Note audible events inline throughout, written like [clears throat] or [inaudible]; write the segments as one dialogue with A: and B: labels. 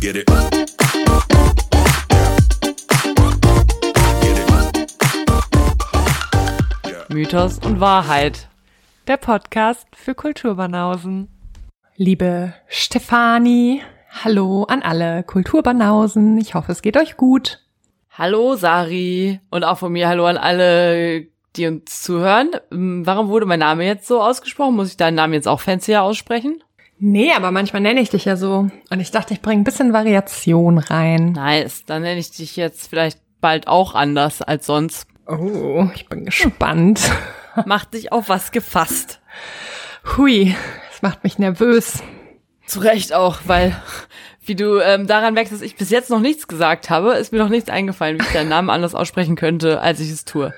A: Get it. Get it. Yeah.
B: Mythos und Wahrheit. Der Podcast für Kulturbanausen.
C: Liebe Stefani, hallo an alle Kulturbanausen. Ich hoffe, es geht euch gut.
B: Hallo Sari und auch von mir hallo an alle, die uns zuhören. Ähm, Warum wurde mein Name jetzt so ausgesprochen? Muss ich deinen Namen jetzt auch fancier aussprechen?
C: Nee, aber manchmal nenne ich dich ja so. Und ich dachte, ich bringe ein bisschen Variation rein.
B: Nice, dann nenne ich dich jetzt vielleicht bald auch anders als sonst.
C: Oh, ich bin gespannt.
B: Mach dich auf was gefasst.
C: Hui, das macht mich nervös.
B: Zu Recht auch, weil wie du ähm, daran merkst, dass ich bis jetzt noch nichts gesagt habe, ist mir noch nichts eingefallen, wie ich deinen Namen anders aussprechen könnte, als ich es tue.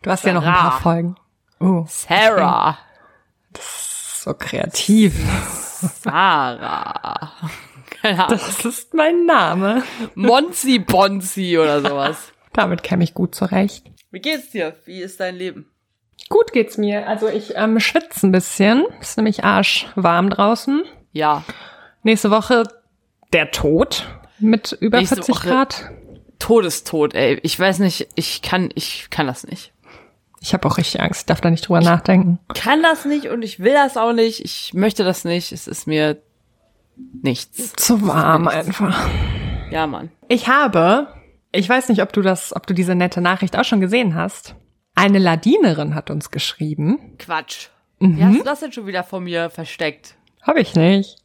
C: Du hast ja noch ein
B: Sarah.
C: paar Folgen. Oh,
B: Sarah.
C: so kreativ.
B: Sarah. [laughs] Keine Ahnung.
C: Das ist mein Name.
B: Monzi Bonzi oder sowas.
C: Damit käme ich gut zurecht.
B: [laughs] Wie geht's dir? Wie ist dein Leben?
C: Gut geht's mir. Also ich ähm, schwitze ein bisschen. Ist nämlich arschwarm draußen.
B: Ja.
C: Nächste Woche der Tod mit über
B: Nächste
C: 40
B: Woche.
C: Grad.
B: Todestod, ey. Ich weiß nicht, ich kann, ich kann das nicht.
C: Ich habe auch richtig Angst. Ich darf da nicht drüber nachdenken.
B: Kann das nicht und ich will das auch nicht. Ich möchte das nicht. Es ist mir nichts.
C: Zu warm einfach.
B: Ja, Mann.
C: Ich habe, ich weiß nicht, ob du das, ob du diese nette Nachricht auch schon gesehen hast. Eine Ladinerin hat uns geschrieben.
B: Quatsch. Wie hast du das denn schon wieder vor mir versteckt?
C: Habe ich nicht.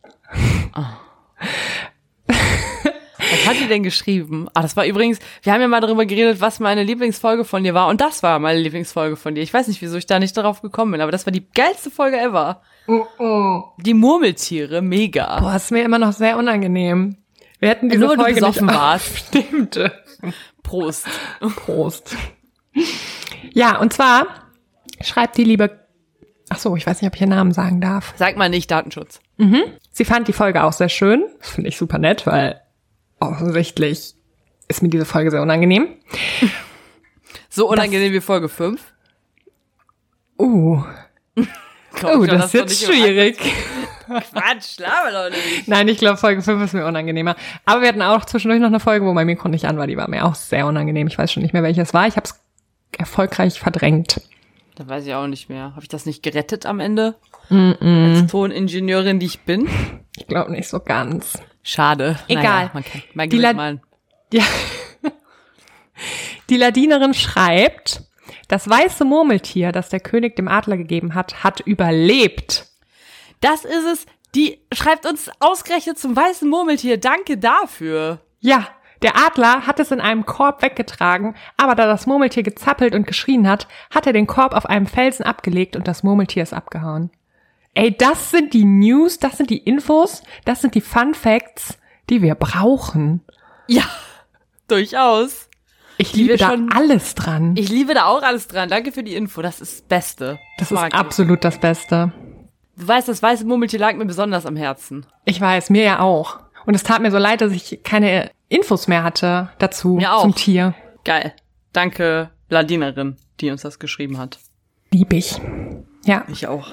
B: Was hat die denn geschrieben? Ah, das war übrigens, wir haben ja mal darüber geredet, was meine Lieblingsfolge von dir war. Und das war meine Lieblingsfolge von dir. Ich weiß nicht, wieso ich da nicht darauf gekommen bin, aber das war die geilste Folge ever. Die Murmeltiere, mega.
C: Boah, ist mir immer noch sehr unangenehm. Wir hätten diese
B: Nur weil du
C: Also Folge
B: besoffen
C: nicht
B: warst.
C: Stimmt.
B: Prost.
C: [laughs] Prost. Ja, und zwar schreibt die liebe, ach so, ich weiß nicht, ob ich ihren Namen sagen darf.
B: Sag mal nicht Datenschutz.
C: Sie fand die Folge auch sehr schön. Das finde ich super nett, weil offensichtlich ist mir diese Folge sehr unangenehm.
B: So unangenehm wie Folge 5.
C: Uh,
B: Glaub
C: oh,
B: ich doch,
C: das ist
B: doch
C: jetzt
B: nicht im
C: schwierig.
B: Quatsch, laber doch nicht.
C: Nein, ich glaube, Folge 5 ist mir unangenehmer. Aber wir hatten auch zwischendurch noch eine Folge, wo mein Mikro nicht an war. Die war mir auch sehr unangenehm. Ich weiß schon nicht mehr, welche es war. Ich habe es erfolgreich verdrängt.
B: Da weiß ich auch nicht mehr. Habe ich das nicht gerettet am Ende? Als Toningenieurin, die ich bin?
C: Ich glaube nicht so ganz.
B: Schade. Naja,
C: Egal.
B: man kann, man
C: Die
B: gibt
C: La-
B: mal.
C: Ja. Die Ladinerin schreibt, das weiße Murmeltier, das der König dem Adler gegeben hat, hat überlebt.
B: Das ist es. Die schreibt uns ausgerechnet zum weißen Murmeltier. Danke dafür.
C: Ja, der Adler hat es in einem Korb weggetragen, aber da das Murmeltier gezappelt und geschrien hat, hat er den Korb auf einem Felsen abgelegt und das Murmeltier ist abgehauen. Ey, das sind die News, das sind die Infos, das sind die Fun Facts, die wir brauchen.
B: Ja, durchaus.
C: Ich
B: Die wir
C: liebe da
B: schon-
C: alles dran.
B: Ich liebe da auch alles dran. Danke für die Info. Das ist das Beste.
C: das
B: Mag
C: ist
B: ich.
C: absolut das Beste.
B: Du weißt, das weiße Murmeltier lag mir besonders am Herzen.
C: Ich weiß, mir ja auch. Und es tat mir so leid, dass ich keine Infos mehr hatte dazu
B: Mir auch.
C: zum Tier.
B: Geil. Danke, Ladinerin, die uns das geschrieben hat.
C: Lieb ich. Ja,
B: Ich auch.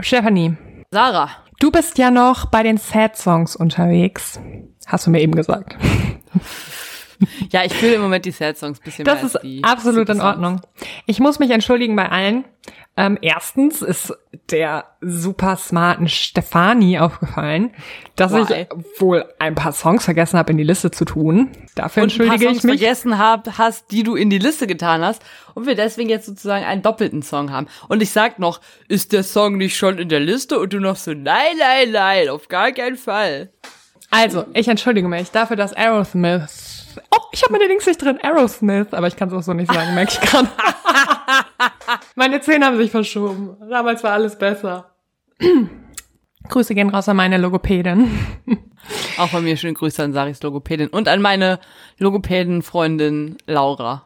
C: Stephanie,
B: Sarah.
C: Du bist ja noch bei den Sad Songs unterwegs. Hast du mir eben gesagt.
B: Ja, ich fühle im Moment die Sad Songs ein bisschen
C: Das
B: mehr als
C: ist
B: die
C: absolut
B: Super
C: in
B: Songs.
C: Ordnung. Ich muss mich entschuldigen bei allen. Ähm, erstens ist der super smarten Stefanie aufgefallen, dass
B: Why?
C: ich wohl ein paar Songs vergessen habe, in die Liste zu tun. Dafür
B: Und ein paar
C: entschuldige
B: Songs
C: ich mich.
B: vergessen hab, hast, die du in die Liste getan hast und wir deswegen jetzt sozusagen einen doppelten Song haben. Und ich sag noch, ist der Song nicht schon in der Liste? Und du noch so, nein, nein, nein, auf gar keinen Fall.
C: Also, ich entschuldige mich dafür, dass Aerosmith. Oh, ich habe meine Links nicht drin. Aerosmith, aber ich kann es auch so nicht sagen, merke
B: [laughs]
C: ich gerade. meine Zähne haben sich verschoben. Damals war alles besser. [clears throat] Grüße gehen raus an meine Logopädin.
B: Auch von mir schöne Grüße an Saris Logopädin und an meine Logopäden-Freundin Laura.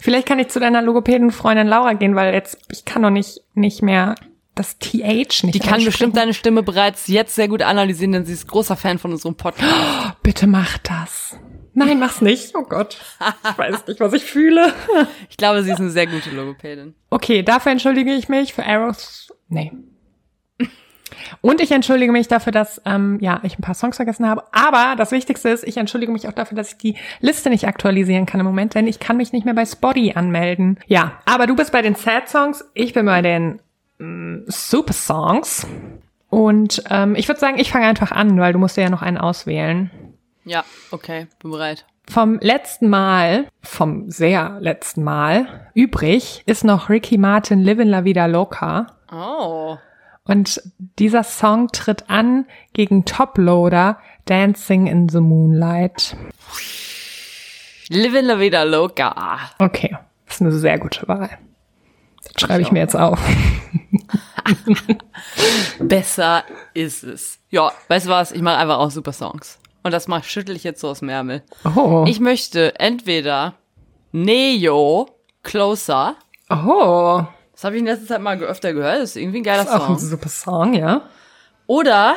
C: Vielleicht kann ich zu deiner Logopädin-Freundin Laura gehen, weil jetzt, ich kann doch nicht, nicht mehr das TH nicht
B: Die kann
C: aussprechen.
B: bestimmt deine Stimme bereits jetzt sehr gut analysieren, denn sie ist großer Fan von unserem Podcast.
C: Bitte mach das. Nein, mach's nicht. Oh Gott. Ich weiß nicht, was ich fühle.
B: Ich glaube, sie ist eine sehr gute Logopädin.
C: Okay, dafür entschuldige ich mich für Arrows. Nee. Und ich entschuldige mich dafür, dass ähm, ja ich ein paar Songs vergessen habe. Aber das Wichtigste ist, ich entschuldige mich auch dafür, dass ich die Liste nicht aktualisieren kann im Moment, denn ich kann mich nicht mehr bei Spotty anmelden. Ja, aber du bist bei den Sad Songs, ich bin bei den mm, Super Songs. Und ähm, ich würde sagen, ich fange einfach an, weil du musst dir ja noch einen auswählen.
B: Ja, okay, bin bereit.
C: Vom letzten Mal, vom sehr letzten Mal übrig, ist noch Ricky Martin Livin La Vida Loca.
B: Oh.
C: Und dieser Song tritt an gegen Toploader Dancing in the Moonlight.
B: Livin la vida loca.
C: Okay, das ist eine sehr gute Wahl. Das schreibe ich mir jetzt auf.
B: Besser ist es. Ja, weißt du was? Ich mache einfach auch super Songs. Und das mach, schüttel ich jetzt so aus dem Ärmel.
C: Oh.
B: Ich möchte entweder Neo Closer.
C: oh.
B: Das habe ich in letzter Zeit mal öfter gehört. Das ist irgendwie ein geiler
C: Das ist auch ein
B: Song.
C: super Song, ja.
B: Oder,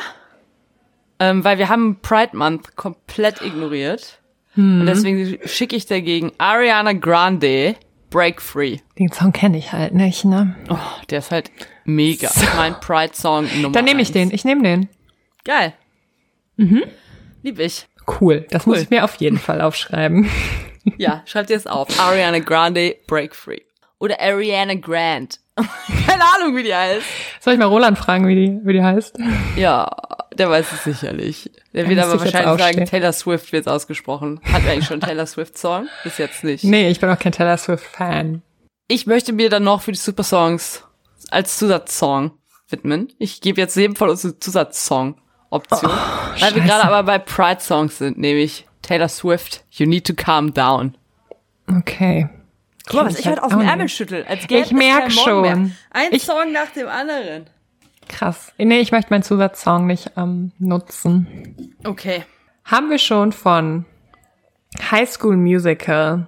B: ähm, weil wir haben Pride Month komplett ignoriert.
C: Hm.
B: Und deswegen schicke ich dagegen Ariana Grande Break Free.
C: Den Song kenne ich halt nicht, ne?
B: Oh, der ist halt mega. Mein Pride-Song Nummer
C: Dann nehme ich
B: eins.
C: den, Mhm. ich nehme den.
B: Geil. Lieb ich.
C: Cool, das muss ich mir auf jeden Fall aufschreiben. [laughs]
B: Ja, schreibt ihr es auf. Ariana Grande, Break Free. Oder Ariana Grande. [laughs] Keine Ahnung, wie die heißt.
C: Soll ich mal Roland fragen, wie die, wie die heißt?
B: Ja, der weiß es sicherlich. Der wird
C: müsste
B: aber
C: ich jetzt
B: wahrscheinlich sagen,
C: aufstehen.
B: Taylor Swift wird ausgesprochen. Hat eigentlich schon einen Taylor Swift-Song? Bis jetzt nicht.
C: Nee, ich bin auch kein Taylor Swift-Fan.
B: Ich möchte mir dann noch für die Super Songs als Zusatzsong widmen. Ich gebe jetzt jedem von uns eine Zusatzsong-Option. weil wir
C: Oh, scheiße.
B: gerade aber bei Pride-Songs sind, nämlich Taylor Swift, You Need to Calm Down.
C: Okay.
B: Guck mal, was
C: Ich
B: ich heute
C: halt
B: aus dem
C: auch
B: Ärmel
C: nicht.
B: schüttel. Als gäbe
C: Ich
B: es
C: merk
B: keinen Morgen
C: schon.
B: Mehr. Ein
C: Ich-
B: Song nach dem anderen.
C: Krass. Nee, ich möchte meinen Zusatzsong nicht ähm, nutzen.
B: Okay.
C: Haben wir schon von High School Musical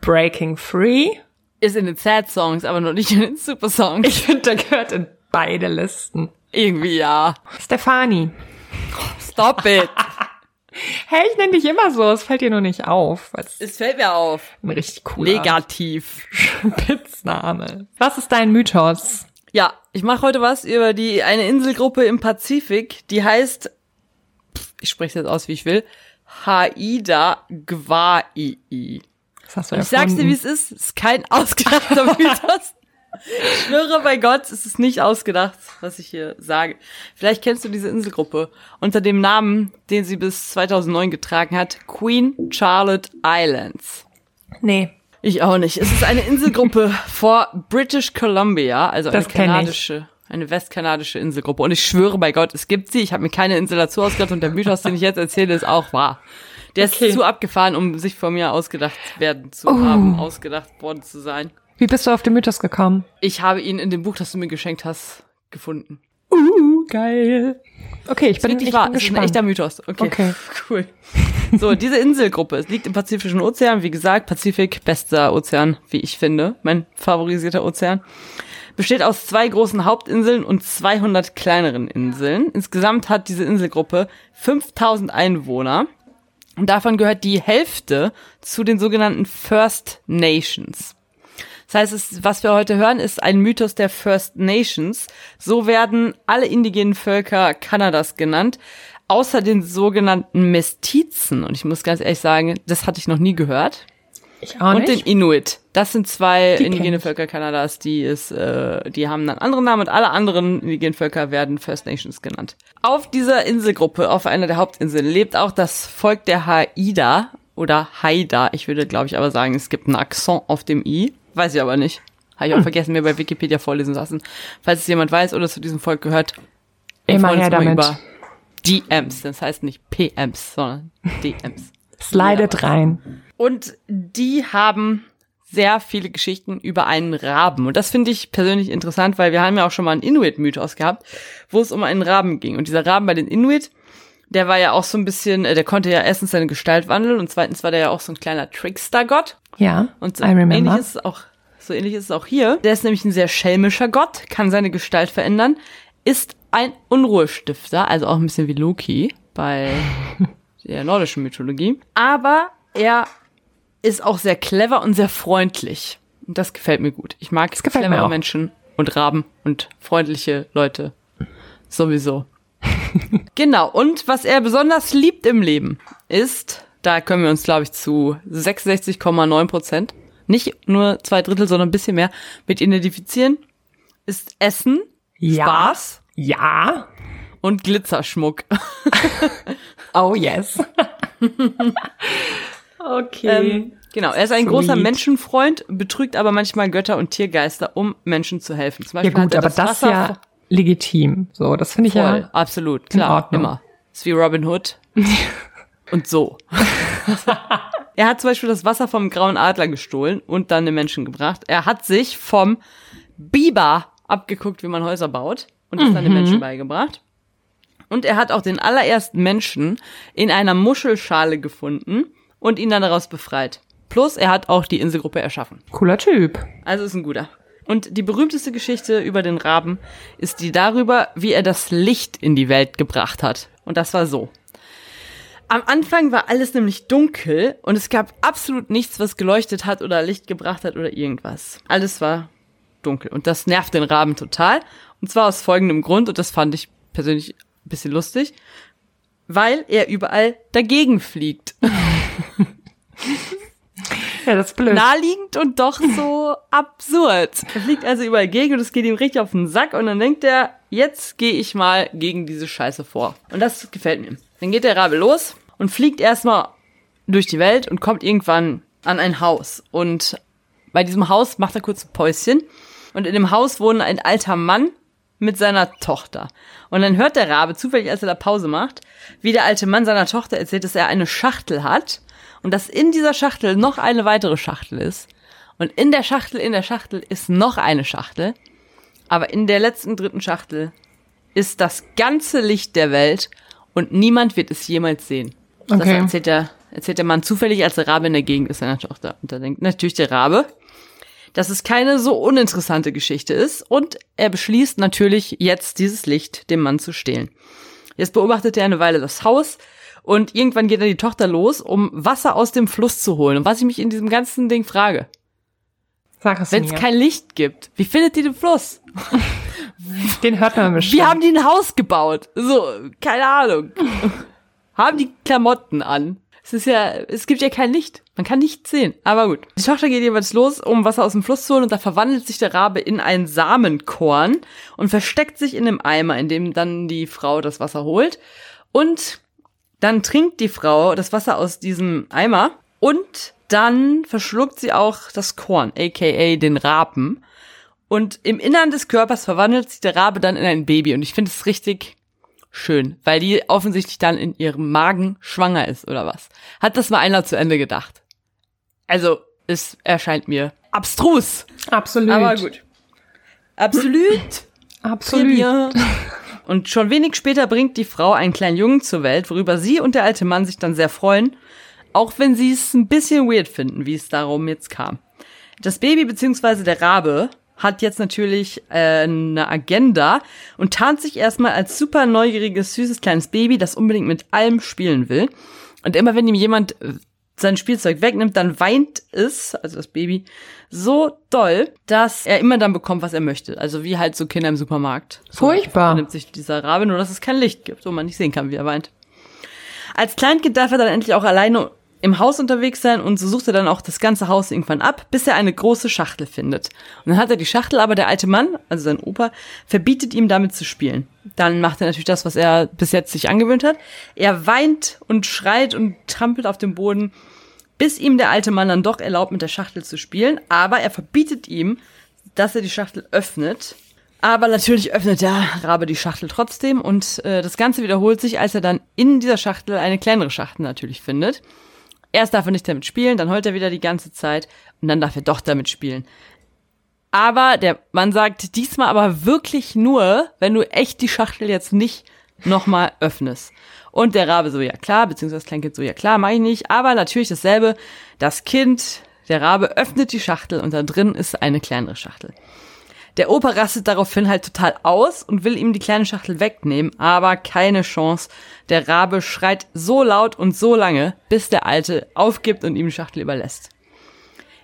C: Breaking Free?
B: Ist in den Sad Songs, aber noch nicht in den Super Songs.
C: Ich finde, der gehört in beide Listen.
B: Irgendwie ja.
C: Stefani.
B: Stop it.
C: Hey, ich nenne dich immer so. Es fällt dir nur nicht auf. Was
B: [laughs] es fällt mir auf.
C: ein richtig cooler
B: Negativ.
C: Spitzname. Was ist dein Mythos?
B: Ja, ich mache heute was über die eine Inselgruppe im Pazifik, die heißt, pff, ich spreche jetzt aus, wie ich will, Haida Gwaii.
C: Das hast du
B: Ich sag's dir, wie es ist. Es ist kein [laughs] ausgedachter Mythos. Ich schwöre bei Gott, es ist nicht ausgedacht, was ich hier sage. Vielleicht kennst du diese Inselgruppe unter dem Namen, den sie bis 2009 getragen hat, Queen Charlotte Islands.
C: Nee.
B: Ich auch nicht. Es ist eine Inselgruppe
C: [laughs]
B: vor British Columbia, also eine
C: Das kenn ich.
B: kanadische, eine westkanadische Inselgruppe. Und ich schwöre bei Gott, es gibt sie. Ich habe mir keine Insel dazu ausgedacht und der Mythos, den ich jetzt erzähle, ist auch wahr. Der
C: Okay. Oh.
B: ist zu abgefahren, um sich von mir ausgedacht werden zu haben, ausgedacht worden zu sein.
C: Wie bist du auf den Mythos gekommen?
B: Ich habe ihn in dem Buch, das du mir geschenkt hast, gefunden.
C: Uh, geil. Okay, ich bin,
B: Wirklich
C: ich
B: wahr.
C: bin
B: Es ist ein echter
C: gespannt.
B: Mythos. Okay.
C: Okay.
B: [laughs] Cool. So, diese Inselgruppe, es liegt im Pazifischen Ozean, wie gesagt, Pazifik, bester Ozean, wie ich finde, mein favorisierter Ozean. Besteht aus zwei großen Hauptinseln und 200 kleineren Inseln. Insgesamt hat diese Inselgruppe 5000 Einwohner. Und davon gehört die Hälfte zu den sogenannten First Nations. Das heißt, es, was wir heute hören, ist ein Mythos der First Nations. So werden alle indigenen Völker Kanadas genannt, außer den sogenannten Mestizen. Und ich muss ganz ehrlich sagen, das hatte ich noch nie gehört.
C: Ich auch
B: Und den
C: nicht.
B: Inuit. Das sind zwei
C: Die kenn
B: indigene
C: ich.
B: Völker Kanadas, die ist, äh, die haben einen anderen Namen und alle anderen indigenen Völker werden First Nations genannt. Auf dieser Inselgruppe, auf einer der Hauptinseln, lebt auch das Volk der Haida oder Haida. Ich würde, glaube ich, aber sagen, es gibt einen Akzent auf dem I. Weiß ich aber nicht. Habe
C: [clears throat]
B: ich auch vergessen, mir bei Wikipedia vorlesen zu lassen. Falls es jemand weiß oder zu diesem Volk gehört, wir
C: Immer
B: freuen uns
C: her damit.
B: Über DMs, das heißt nicht PMs, sondern DMs.
C: Slidet rein.
B: Und die haben sehr viele Geschichten über einen Raben. Und das finde ich persönlich interessant, weil wir haben ja auch schon mal einen Inuit-Mythos gehabt, wo es um einen Raben ging. Und dieser Raben bei den Inuit, der war ja auch so ein bisschen, äh, der konnte ja erstens seine Gestalt wandeln und zweitens war der ja auch so ein kleiner Trickster-Gott.
C: Ja,
B: Und so
C: I
B: ähnlich
C: remember.
B: ist es auch, so ähnlich ist es auch hier. Der ist nämlich ein sehr schelmischer Gott, kann seine Gestalt verändern, ist ein Unruhestifter, also auch ein bisschen wie Loki bei der nordischen Mythologie. Aber er ist auch sehr clever und sehr freundlich. Und das gefällt mir gut. Ich mag
C: gefällt mir
B: clevere
C: auch.
B: Menschen und Raben und freundliche Leute.
C: [laughs]
B: Sowieso. genau. Und was er besonders liebt im Leben ist, da können wir uns, glaube ich, zu 66,9 Prozent, nicht nur zwei Drittel, sondern ein bisschen mehr, mit identifizieren, ist Essen,
C: Ja.
B: Spaß
C: Ja.
B: und Glitzerschmuck. [laughs]
C: Oh yes. okay.
B: Ähm, genau, er ist ein
C: Sweet.
B: großer Menschenfreund, betrügt aber manchmal Götter und Tiergeister, um Menschen zu helfen. Zum
C: ja
B: Beispiel hat
C: gut,
B: er
C: aber das, ist
B: Wasser
C: ja legitim. So, das finde ich
B: voll.
C: ja.
B: Absolut,
C: In
B: klar,
C: Ordnung.
B: immer. Ist wie Robin
C: [laughs]
B: Hood. und so. [laughs] er hat zum Beispiel das Wasser vom grauen Adler gestohlen und dann den Menschen gebracht. Er hat sich vom Biber abgeguckt, wie man Häuser baut und das dann
C: Mhm.
B: den Menschen beigebracht. Und er hat auch den allerersten Menschen in einer Muschelschale gefunden und ihn dann daraus befreit. Plus, er hat auch die Inselgruppe erschaffen.
C: Cooler Typ.
B: Also ist ein guter. Und die berühmteste Geschichte über den Raben ist die darüber, wie er das Licht in die Welt gebracht hat. Und das war so. Am Anfang war alles nämlich dunkel und es gab absolut nichts, was geleuchtet hat oder Licht gebracht hat oder irgendwas. Alles war dunkel und das nervt den Raben total. Und zwar aus folgendem Grund, und das fand ich persönlich ein bisschen lustig, weil er überall dagegen fliegt.
C: Ja, das ist blöd.
B: naheliegend und doch [laughs] so absurd. Er fliegt also überall gegen und es geht ihm richtig auf den Sack und dann denkt er, jetzt gehe ich mal gegen diese Scheiße vor. Und das gefällt mir. Dann geht der Rabe los und fliegt erstmal durch die Welt und kommt irgendwann an ein Haus. Und bei diesem Haus macht er kurz ein Päuschen. Und in dem Haus wohnen ein alter Mann mit seiner Tochter. Und dann hört der Rabe zufällig, als er da Pause macht, wie der alte Mann seiner Tochter erzählt, dass er eine Schachtel hat und dass in dieser Schachtel noch eine weitere Schachtel ist. Und in der Schachtel, in der Schachtel ist noch eine Schachtel. Aber in der letzten dritten Schachtel ist das ganze Licht der Welt und niemand wird es jemals sehen. Das
C: Okay.
B: erzählt der, erzählt der Mann zufällig, als der Rabe in der Gegend ist seiner Tochter. Und da denkt natürlich der Rabe, dass es keine so uninteressante Geschichte ist und er beschließt natürlich jetzt dieses Licht dem Mann zu stehlen. Jetzt beobachtet er eine Weile das Haus und irgendwann geht dann die Tochter los, um Wasser aus dem Fluss zu holen. Und was ich mich in diesem ganzen Ding frage,
C: Sag es
B: wenn es
C: mir.
B: kein Licht gibt, wie findet die den Fluss?
C: Den hört man bestimmt.
B: Wie haben die ein Haus gebaut? So, keine Ahnung. haben die Klamotten an? Es ist ja, es gibt ja kein Licht. Man kann nichts sehen. Aber gut. Die Tochter geht jeweils los, um Wasser aus dem Fluss zu holen und da verwandelt sich der Rabe in ein Samenkorn und versteckt sich in dem Eimer, in dem dann die Frau das Wasser holt. Und dann trinkt die Frau das Wasser aus diesem Eimer und dann verschluckt sie auch das Korn, aka den Rapen. Und im Innern des Körpers verwandelt sich der Rabe dann in ein Baby. Und ich finde es richtig schön, weil die offensichtlich dann in ihrem Magen schwanger ist oder was. Hat das mal einer zu Ende gedacht? Also, es erscheint mir abstrus.
C: Absolut.
B: Aber gut. [laughs] Absolut.
C: Absolut.
B: Und schon wenig später bringt die Frau einen kleinen Jungen zur Welt, worüber sie und der alte Mann sich dann sehr freuen, auch wenn sie es ein bisschen weird finden, wie es darum jetzt kam. Das Baby bzw. der Rabe hat jetzt natürlich äh, eine Agenda und tarnt sich erstmal als super neugieriges, süßes kleines Baby, das unbedingt mit allem spielen will. Und immer wenn ihm jemand äh, sein Spielzeug wegnimmt, dann weint es, also das Baby, so doll, dass er immer dann bekommt, was er möchte. Also wie halt so Kinder im Supermarkt. So
C: Furchtbar.
B: nimmt sich dieser Rabe, nur dass es kein Licht gibt und man nicht sehen kann, wie er weint. Als Kleinkind darf er dann endlich auch alleine im Haus unterwegs sein und so sucht er dann auch das ganze Haus irgendwann ab, bis er eine große Schachtel findet. Und dann hat er die Schachtel, aber der alte Mann, also sein Opa, verbietet ihm damit zu spielen. Dann macht er natürlich das, was er bis jetzt sich angewöhnt hat. Er weint und schreit und trampelt auf dem Boden, bis ihm der alte Mann dann doch erlaubt, mit der Schachtel zu spielen, aber er verbietet ihm, dass er die Schachtel öffnet. Aber natürlich öffnet der Rabe die Schachtel trotzdem und äh, das Ganze wiederholt sich, als er dann in dieser Schachtel eine kleinere Schachtel natürlich findet. Erst darf er nicht damit spielen, dann heult er wieder die ganze Zeit und dann darf er doch damit spielen. Aber der Mann sagt, diesmal aber wirklich nur, wenn du echt die Schachtel jetzt nicht nochmal öffnest. Und der Rabe so, ja klar, beziehungsweise das Kleinkind so, ja klar, mach ich nicht. Aber natürlich dasselbe, das Kind, der Rabe öffnet die Schachtel und da drin ist eine kleinere Schachtel. Der Opa rastet daraufhin halt total aus und will ihm die kleine Schachtel wegnehmen, aber keine Chance. Der Rabe schreit so laut und so lange, bis der Alte aufgibt und ihm die Schachtel überlässt.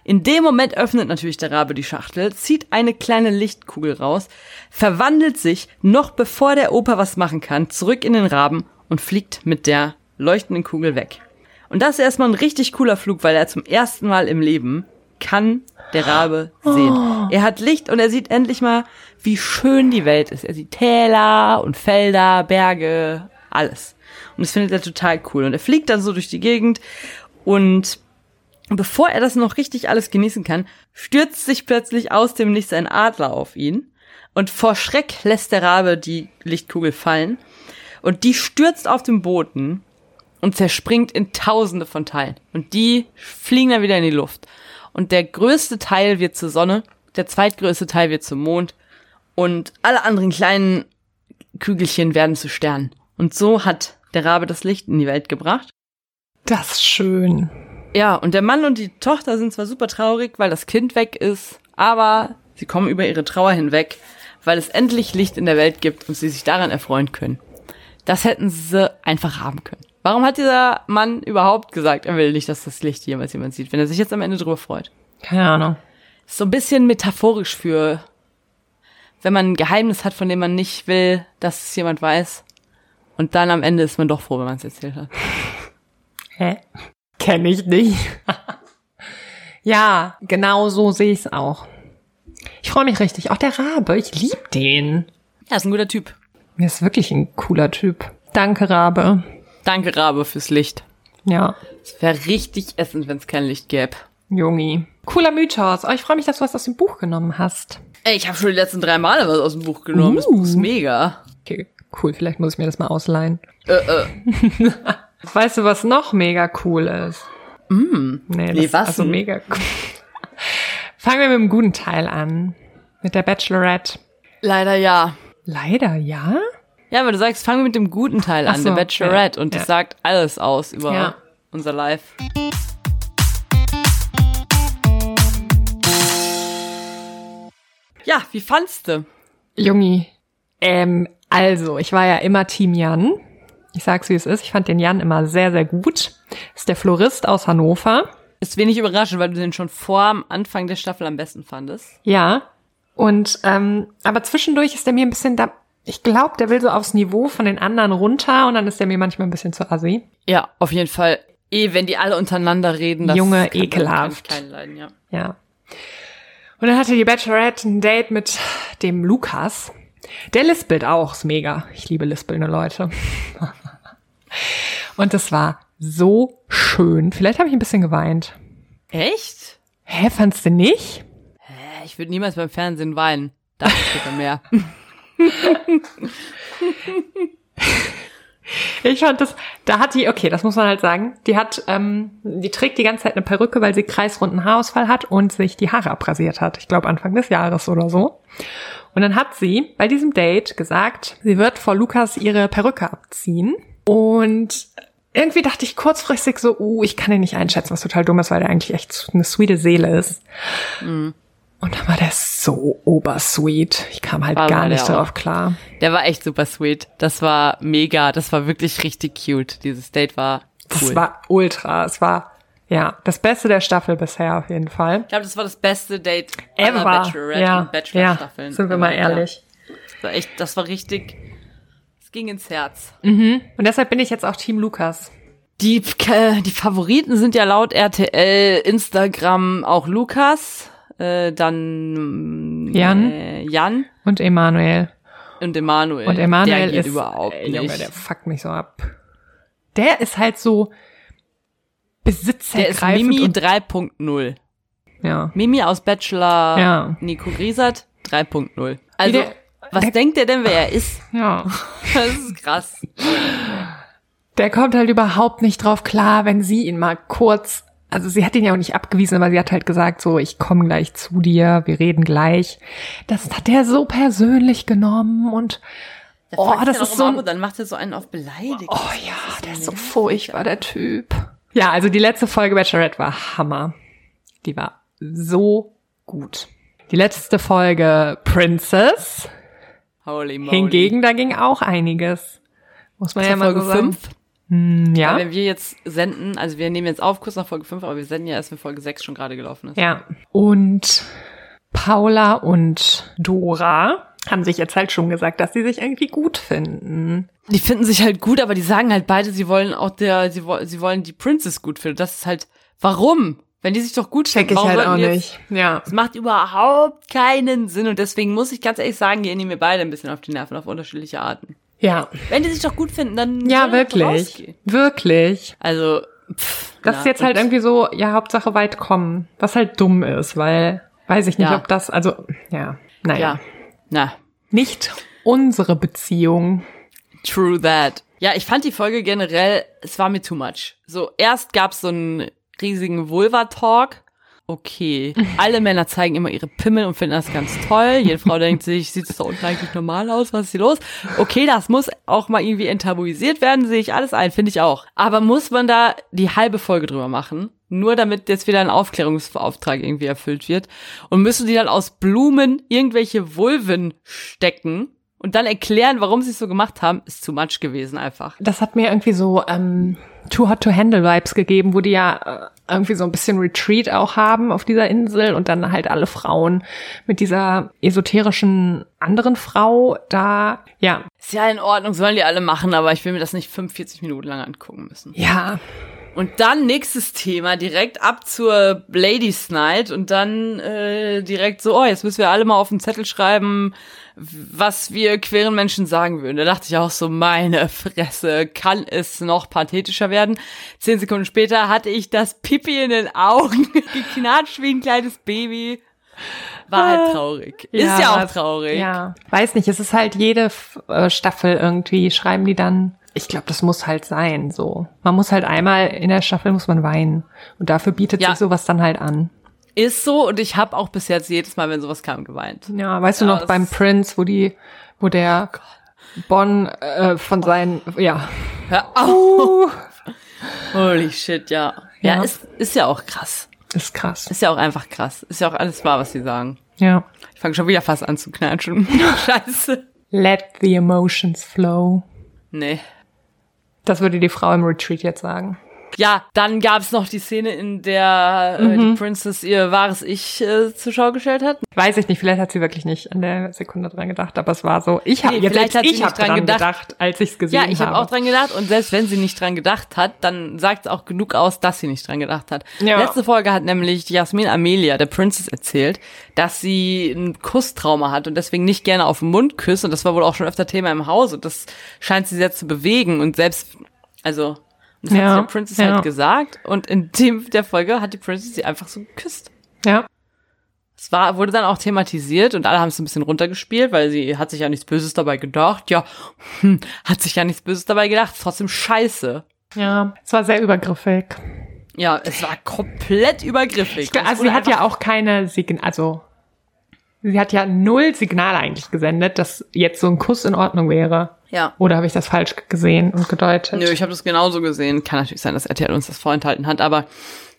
B: In dem Moment öffnet natürlich der Rabe die Schachtel, zieht eine kleine Lichtkugel raus, verwandelt sich, noch bevor der Opa was machen kann, zurück in den Raben und fliegt mit der leuchtenden Kugel weg. Und das ist erstmal ein richtig cooler Flug, weil er zum ersten Mal im Leben kann der Rabe sehen. Er hat Licht und er sieht endlich mal, wie schön die Welt ist. Er sieht Täler und Felder, Berge, alles. Und das findet er total cool. Und er fliegt dann so durch die Gegend und bevor er das noch richtig alles genießen kann, stürzt sich plötzlich aus dem Nichts ein Adler auf ihn. Und vor Schreck lässt der Rabe die Lichtkugel fallen. Und die stürzt auf den Boden und zerspringt in tausende von Teilen. Und die fliegen dann wieder in die Luft. Und der größte Teil wird zur Sonne, der zweitgrößte Teil wird zum Mond und alle anderen kleinen Kügelchen werden zu Sternen. Und so hat der Rabe das Licht in die Welt gebracht.
C: Das ist schön.
B: Ja, und der Mann und die Tochter sind zwar super traurig, weil das Kind weg ist, aber sie kommen über ihre Trauer hinweg, weil es endlich Licht in der Welt gibt und sie sich daran erfreuen können. Das hätten sie einfach haben können. Warum hat dieser Mann überhaupt gesagt, er will nicht, dass das Licht jemals jemand sieht, wenn er sich jetzt am Ende drüber freut?
C: Keine Ahnung.
B: Ist so ein bisschen metaphorisch für, wenn man ein Geheimnis hat, von dem man nicht will, dass es jemand weiß. Und dann am Ende ist man doch froh, wenn man es erzählt hat.
C: Hä? Kenne ich nicht. [laughs] ja, genau so sehe ich es auch. Ich freue mich richtig. Auch der Rabe, ich liebe den.
B: Ja, ist ein guter Typ.
C: Er ist wirklich ein cooler Typ. Danke, Rabe.
B: Danke, Rabe, fürs Licht.
C: Ja,
B: Es wäre richtig essend, wenn es kein Licht gäbe.
C: Jungi. Cooler Mythos. Oh, ich freue mich, dass du was aus dem Buch genommen hast.
B: Ey, ich habe schon die letzten drei Male was aus dem Buch genommen. Das Buch ist mega.
C: Okay, cool. Vielleicht muss ich mir das mal ausleihen.
B: Äh, äh.
C: [laughs] Weißt du, was noch mega cool ist? Mm. Nee, das
B: Nee,
C: ist
B: was
C: also
B: denn?
C: mega cool. Fangen wir mit dem guten Teil an. Mit der Bachelorette.
B: Leider ja.
C: Leider ja?
B: Ja, aber du sagst, fangen wir mit dem guten Teil
C: Ach
B: an,
C: so,
B: der Bachelorette.
C: ja,
B: Und das
C: ja.
B: sagt alles aus über
C: Ja.
B: unser Life. Ja, wie fandst du?
C: Jungi. Ähm, also, ich war ja immer Team Jan. Ich sag's, wie es ist. Ich fand den Jan immer sehr, sehr gut. Ist der Florist aus Hannover.
B: Ist wenig überraschend, weil du den schon vor am Anfang der Staffel am besten fandest.
C: Ja. Und ähm, aber zwischendurch ist er mir ein bisschen da. Ich glaube, der will so aufs Niveau von den anderen runter und dann ist er mir manchmal ein bisschen zu assi.
B: Ja, auf jeden Fall. Eh, wenn die alle untereinander reden, das
C: Junge,
B: kann-
C: ekelhaft.
B: Kann ich keinen leiden, ja.
C: Ja. Und dann hatte die Bachelorette ein Date mit dem Lukas. Der lispelt auch, ist mega. Ich liebe lispelnde Leute. [laughs] Und das war so schön. Vielleicht habe ich ein bisschen geweint.
B: Echt?
C: Hä, fandst du nicht?
B: Äh, Ich würde niemals beim Fernsehen weinen. Da später mehr. [laughs]
C: Ich fand das, da hat die, okay, das muss man halt sagen, die hat, ähm, die trägt die ganze Zeit eine Perücke, weil sie kreisrunden Haarausfall hat und sich die Haare abrasiert hat. Ich glaube Anfang des Jahres oder so. Und dann hat sie bei diesem Date gesagt, sie wird vor Lukas ihre Perücke abziehen. Und irgendwie dachte ich kurzfristig so, uh, ich kann ihn nicht einschätzen, was total dumm ist, weil der eigentlich echt eine sweete Seele ist.
B: Mhm.
C: Und dann war der so obersweet. Ich kam halt
B: War-
C: gar
B: war
C: nicht
B: der auch.
C: drauf klar.
B: Der war echt super sweet. Das war mega. Das war wirklich richtig cute. Dieses Date war
C: Das
B: cool.
C: war ultra. Es war ja das Beste der Staffel bisher auf jeden Fall.
B: ich glaube, das war das beste Date aller
C: Ever.
B: Bachelorette
C: ja,
B: und Bachelor-Staffeln.
C: ja, sind wir mal
B: Ja.
C: ehrlich.
B: Das war echt, das war richtig. Es ging ins Herz.
C: Und deshalb bin ich jetzt auch Team Lukas.
B: Die, äh, die Favoriten sind ja laut RTL, Instagram auch Lukas, äh, dann äh,
C: Jan
B: Jan
C: und Emanuel.
B: und Emanuel.
C: Und Emanuel
B: Äh, der geht
C: ist
B: überhaupt
C: ey,
B: nicht.
C: Junge, der fuckt mich so ab. Der ist halt so
B: der ist
C: besitzergreifend.
B: Mimi
C: und,
B: 3.0.
C: ja.
B: Mimi aus Bachelor
C: Ja.
B: Nico Griesert 3.0. Also,
C: der-
B: was denkt er denn, wer er ist? [laughs]
C: ja.
B: Das ist krass.
C: Der kommt halt überhaupt nicht drauf klar, wenn sie ihn mal kurz, also sie hat ihn ja auch nicht abgewiesen, aber sie hat halt gesagt, so, ich komme gleich zu dir, wir reden gleich. Das hat der so persönlich genommen und,
B: Der
C: oh,
B: fragt
C: das
B: ja noch
C: ist
B: im
C: so
B: Abo,
C: ein,
B: dann macht er so einen auf beleidigt.
C: oh ja, der ist so furchtbar, der Typ. Ja, also die letzte Folge Bachelorette war Hammer. Die war so gut. Die letzte Folge Princess.
B: Holy moly.
C: Hingegen, da ging auch einiges. Muss man
B: Das
C: ja
B: war
C: mal
B: Folge
C: so sagen.
B: 5.
C: Hm, ja.
B: Wenn wir jetzt senden, also wir nehmen jetzt auf, kurz nach Folge 5, aber wir senden ja erst, wenn Folge 6 schon gerade gelaufen ist.
C: Ja. Und Paula und Dora haben sich jetzt halt schon gesagt, dass sie sich irgendwie gut finden.
B: Die finden sich halt gut, aber die sagen halt beide, sie wollen auch der, sie, wo- sie wollen die Princess gut finden. Das ist halt, warum? Wenn die sich doch gut
C: Check
B: finden,
C: ich
B: warum
C: halt
B: sollten
C: auch
B: die jetzt-
C: nicht. Ja.
B: Es macht überhaupt keinen Sinn und deswegen muss ich ganz ehrlich sagen, gehen die mir beide ein bisschen auf die Nerven auf unterschiedliche Arten.
C: Ja.
B: Wenn die sich doch gut finden, dann sollen die
C: Ja,
B: doch
C: wirklich.
B: rausgehen.
C: Wirklich.
B: Also pff,
C: Das
B: ja,
C: ist jetzt halt
B: und-
C: irgendwie so, ja, Hauptsache weit kommen. Was halt dumm ist, weil weiß ich nicht,
B: Ja.
C: ob das, also, ja, naja.
B: ja. Na,
C: Nicht unsere Beziehung.
B: True that. Ja, ich fand die Folge generell, es war mir too much. So, erst gab's so einen riesigen Vulva-Talk. Okay, alle Männer zeigen immer ihre Pimmel und finden das ganz toll. Jede Frau denkt sich, sieht es da unten eigentlich normal aus? Was ist hier los? Okay, das muss auch mal irgendwie enttabuisiert werden, sehe ich alles ein, finde ich auch. Aber muss man da die halbe Folge drüber machen? Nur damit jetzt wieder ein Aufklärungsauftrag irgendwie erfüllt wird. Und müssen die dann aus Blumen irgendwelche Vulven stecken und dann erklären, warum sie es so gemacht haben, ist too much gewesen einfach.
C: Das hat mir irgendwie so ähm, Too Hot to Handle Vibes gegeben, wo die ja äh, irgendwie so ein bisschen Retreat auch haben auf dieser Insel und dann halt alle Frauen mit dieser esoterischen anderen Frau da. Ja,
B: Ist ja in Ordnung, sollen die alle machen, aber ich will mir das nicht 45 Minuten lang angucken müssen.
C: ja,
B: Und dann nächstes Thema, direkt ab zur Ladies Night und dann äh, direkt so, oh, jetzt müssen wir alle mal auf den Zettel schreiben, was wir queeren Menschen sagen würden. Da dachte ich auch so, meine Fresse, kann es noch pathetischer werden? Zehn Sekunden später hatte ich das Pipi in den Augen, [laughs] geknatscht wie ein kleines Baby. War halt traurig. Ist ja auch traurig.
C: Ah, Ja, weiß nicht, es ist halt jede F- äh, Staffel irgendwie, schreiben die dann. Ich glaube, das muss halt sein, so. Man muss halt einmal in der Staffel muss man weinen. Und dafür bietet
B: Ja.
C: sich sowas dann halt an.
B: Ist so und ich habe auch bis jetzt jedes Mal, wenn sowas kam, geweint.
C: Ja, weißt
B: Ja,
C: du noch
B: das Oh
C: beim
B: ist-
C: Prince, wo die, wo der Bon äh, von
B: Oh.
C: seinen, ja.
B: Hör auf. Oh. Holy shit, ja. Ja,
C: Ja.
B: Ist, ist ja auch krass.
C: [laughs] Ist krass.
B: Ist ja auch einfach krass. Ist ja auch alles wahr, was sie sagen.
C: Ja.
B: Ich fange schon wieder fast an zu knatschen. Scheiße.
C: Let the emotions flow.
B: Nee.
C: Das würde die Frau im Retreat jetzt sagen.
B: Ja, dann gab's noch die Szene, in der äh, die Princess ihr wahres Ich äh, zur Schau gestellt hat.
C: Weiß ich nicht, vielleicht hat sie wirklich nicht an der Sekunde dran gedacht, aber es war so. Ich habe
B: Nee,
C: jetzt
B: vielleicht
C: selbst
B: hat sie
C: ich hab
B: nicht dran
C: dran gedacht,
B: gedacht.
C: als ich es gesehen
B: Ja,
C: habe.
B: ich habe auch dran gedacht und selbst wenn sie nicht dran gedacht hat, dann sagt es auch genug aus, dass sie nicht dran gedacht hat.
C: Ja.
B: Letzte Folge hat nämlich Jasmin Amelia, der Princess, erzählt, dass sie ein Kusstrauma hat und deswegen nicht gerne auf den Mund küsst und das war wohl auch schon öfter Thema im Haus und das scheint sie sehr zu bewegen und selbst, also, das
C: Ja,
B: hat sie der Princess
C: ja.
B: halt gesagt und in dem, der Folge hat die Princess sie einfach so geküsst.
C: Ja.
B: Es war, wurde dann auch thematisiert und alle haben es ein bisschen runtergespielt, weil sie hat sich ja nichts Böses dabei gedacht. Ja, hm, hat sich ja nichts Böses dabei gedacht. Ist Trotzdem scheiße.
C: Ja, es war sehr übergriffig.
B: Ja, es war komplett übergriffig. Und es
C: Also
B: wurde
C: sie hat
B: einfach-
C: ja auch keine Signale, also sie hat ja null Signale eigentlich gesendet, dass jetzt so ein Kuss in Ordnung wäre.
B: Ja.
C: Oder habe ich das falsch gesehen und gedeutet?
B: Nö, ich habe das genauso gesehen. Kann natürlich sein, dass RTL uns das vorenthalten hat, aber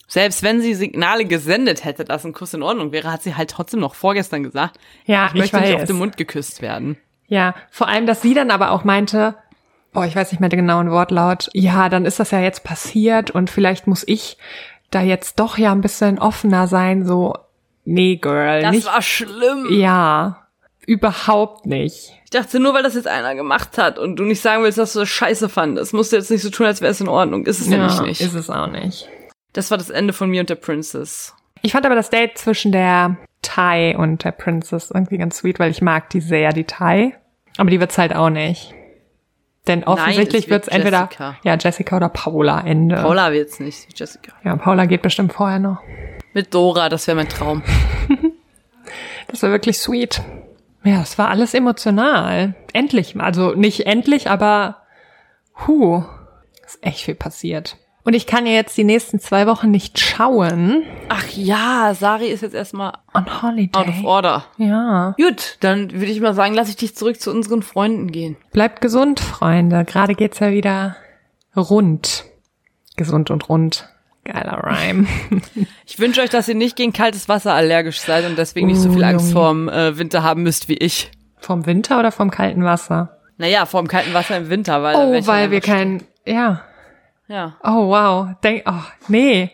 B: selbst wenn sie Signale gesendet hätte, dass ein Kuss in Ordnung wäre, hat sie halt trotzdem noch vorgestern gesagt,
C: ja,
B: ich
C: ich,
B: möchte
C: weiß.
B: nicht auf den Mund geküsst werden.
C: Ja, vor allem, dass sie dann aber auch meinte, boah, ich weiß nicht mehr den genauen Wortlaut, ja, dann ist das ja jetzt passiert und vielleicht muss ich da jetzt doch ja ein bisschen offener sein, so, nee, Girl,
B: Das
C: nicht.
B: war schlimm.
C: ja, überhaupt nicht.
B: Ich dachte nur, weil das jetzt einer gemacht hat und du nicht sagen willst, dass du das scheiße fandest, musst du jetzt nicht so tun, als wäre es in Ordnung. Ist es nämlich nicht.
C: ist es auch nicht.
B: Das war das Ende von mir und der Princess.
C: Ich fand aber das Date zwischen der Thai und der Princess irgendwie ganz sweet, weil ich mag die sehr, die Thai. Aber die wird's halt auch nicht. Denn offensichtlich
B: es wird
C: wird's entweder
B: Jessica.
C: ja Jessica oder Paula Ende.
B: Paula wird's nicht, Jessica.
C: Ja, Paula geht bestimmt vorher noch.
B: Mit Dora, das wäre mein Traum.
C: Das war wirklich sweet. Ja, es war alles emotional. Endlich, mal. also nicht endlich, aber hu, ist echt viel passiert. Und ich kann ja jetzt die nächsten zwei Wochen nicht schauen.
B: Ach ja, Sari ist jetzt erstmal
C: On Holiday.
B: out of order.
C: Ja.
B: Gut, dann würde ich mal sagen, lass ich dich zurück zu unseren Freunden gehen.
C: Bleibt gesund, Freunde. Gerade geht's ja wieder rund. Gesund und rund.
B: [laughs]
C: Geiler Rhyme.
B: Ich wünsche euch, dass ihr nicht gegen kaltes Wasser allergisch seid und deswegen nicht so
C: Oh,
B: viel Angst vorm äh, Winter haben müsst wie ich.
C: Vom Winter oder vom kalten Wasser?
B: Naja, vorm kalten Wasser im Winter, weil dann wär
C: Oh,
B: ich dann
C: weil wir
B: einfach-
C: kein, ja.
B: Ja.
C: Oh, wow. Denk, oh, nee.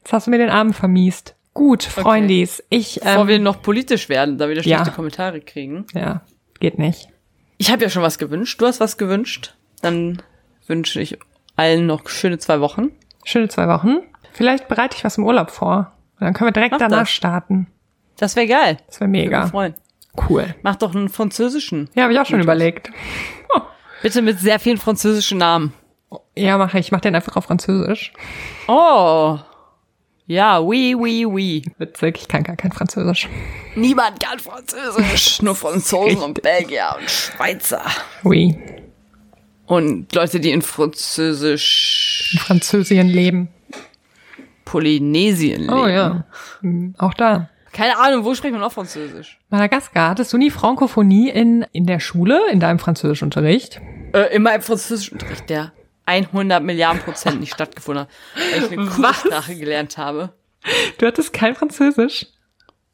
C: Jetzt hast du mir den Abend vermiest. Gut, Freundis. Ich,
B: Bevor
C: ähm,
B: wir noch politisch werden, da wieder
C: ja.
B: schlechte Kommentare kriegen.
C: ja, geht nicht.
B: Ich habe ja schon was gewünscht. Du hast was gewünscht. Dann wünsche ich allen noch schöne zwei Wochen.
C: Schöne zwei Wochen. Vielleicht bereite ich was im Urlaub vor. Und dann können wir direkt
B: Mach
C: danach
B: das.
C: starten.
B: Das wäre geil.
C: Das wäre mega.
B: Würde mich freuen.
C: Cool.
B: Mach doch einen französischen.
C: Ja, habe ich auch schon überlegt.
B: Bitte mit sehr vielen französischen Namen.
C: Ja, mache ich. Ich mache den einfach auf Französisch.
B: Oh. Ja, oui, oui, oui.
C: Witzig, ich kann gar kein Französisch.
B: Niemand kann Französisch. [laughs] Nur Franzosen und Belgier und Schweizer.
C: Oui.
B: Und Leute, die in Französisch
C: In Französien leben.
B: Polynesien leben.
C: Oh ja. Mhm, Auch da.
B: Keine Ahnung, wo spricht man auch Französisch?
C: Madagaskar, hattest du nie Frankophonie in, in der Schule, in deinem Französischunterricht?
B: Äh, immer im Französischunterricht, der 100 Milliarden Prozent nicht stattgefunden hat, weil ich eine Kursprache gelernt habe.
C: Du hattest kein Französisch?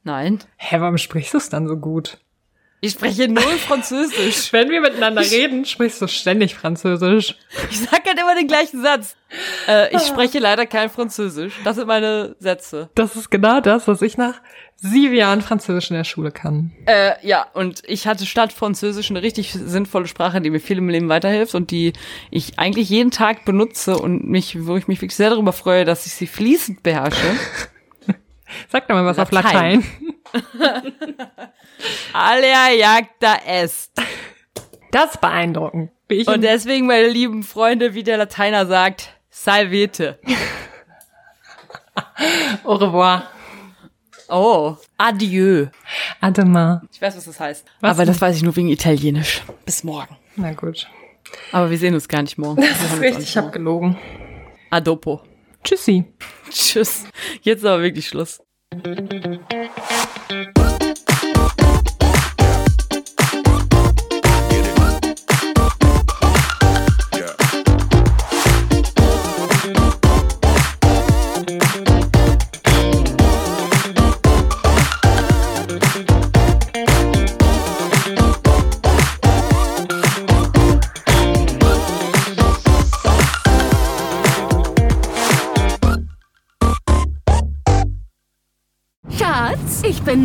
B: Nein.
C: Hä, warum sprichst du es dann so gut?
B: Ich spreche null Französisch.
C: Wenn wir miteinander reden, sprichst du ständig Französisch.
B: Ich sage halt immer den gleichen Satz. Äh, ich spreche leider kein Französisch. Das sind meine Sätze.
C: Das ist genau das, was ich nach sieben Jahren Französisch in der Schule kann.
B: Äh, ja, und ich hatte statt Französisch eine richtig sinnvolle Sprache, die mir viel im Leben weiterhilft und die ich eigentlich jeden Tag benutze und mich, wo ich mich wirklich sehr darüber freue, dass ich sie fließend beherrsche.
C: Sag doch mal was auf
B: Latein.
C: Latein.
B: Alea jagda est.
C: Das ist beeindruckend. Wie ich
B: Und
C: in-
B: deswegen, meine lieben Freunde, wie der Lateiner sagt, salvete.
C: au revoir.
B: Oh, adieu.
C: À Ah, demain.
B: Ich weiß, was das heißt.
C: Was
B: Aber das weiß ich nur wegen Italienisch. Bis morgen.
C: Na gut.
B: Aber wir sehen uns gar nicht morgen. Das
C: ich habe gelogen.
B: Adopo.
C: Tschüssi.
B: Tschüss. Jetzt aber wirklich Schluss.
A: Get it up. Yeah.
D: Schatz, ich bin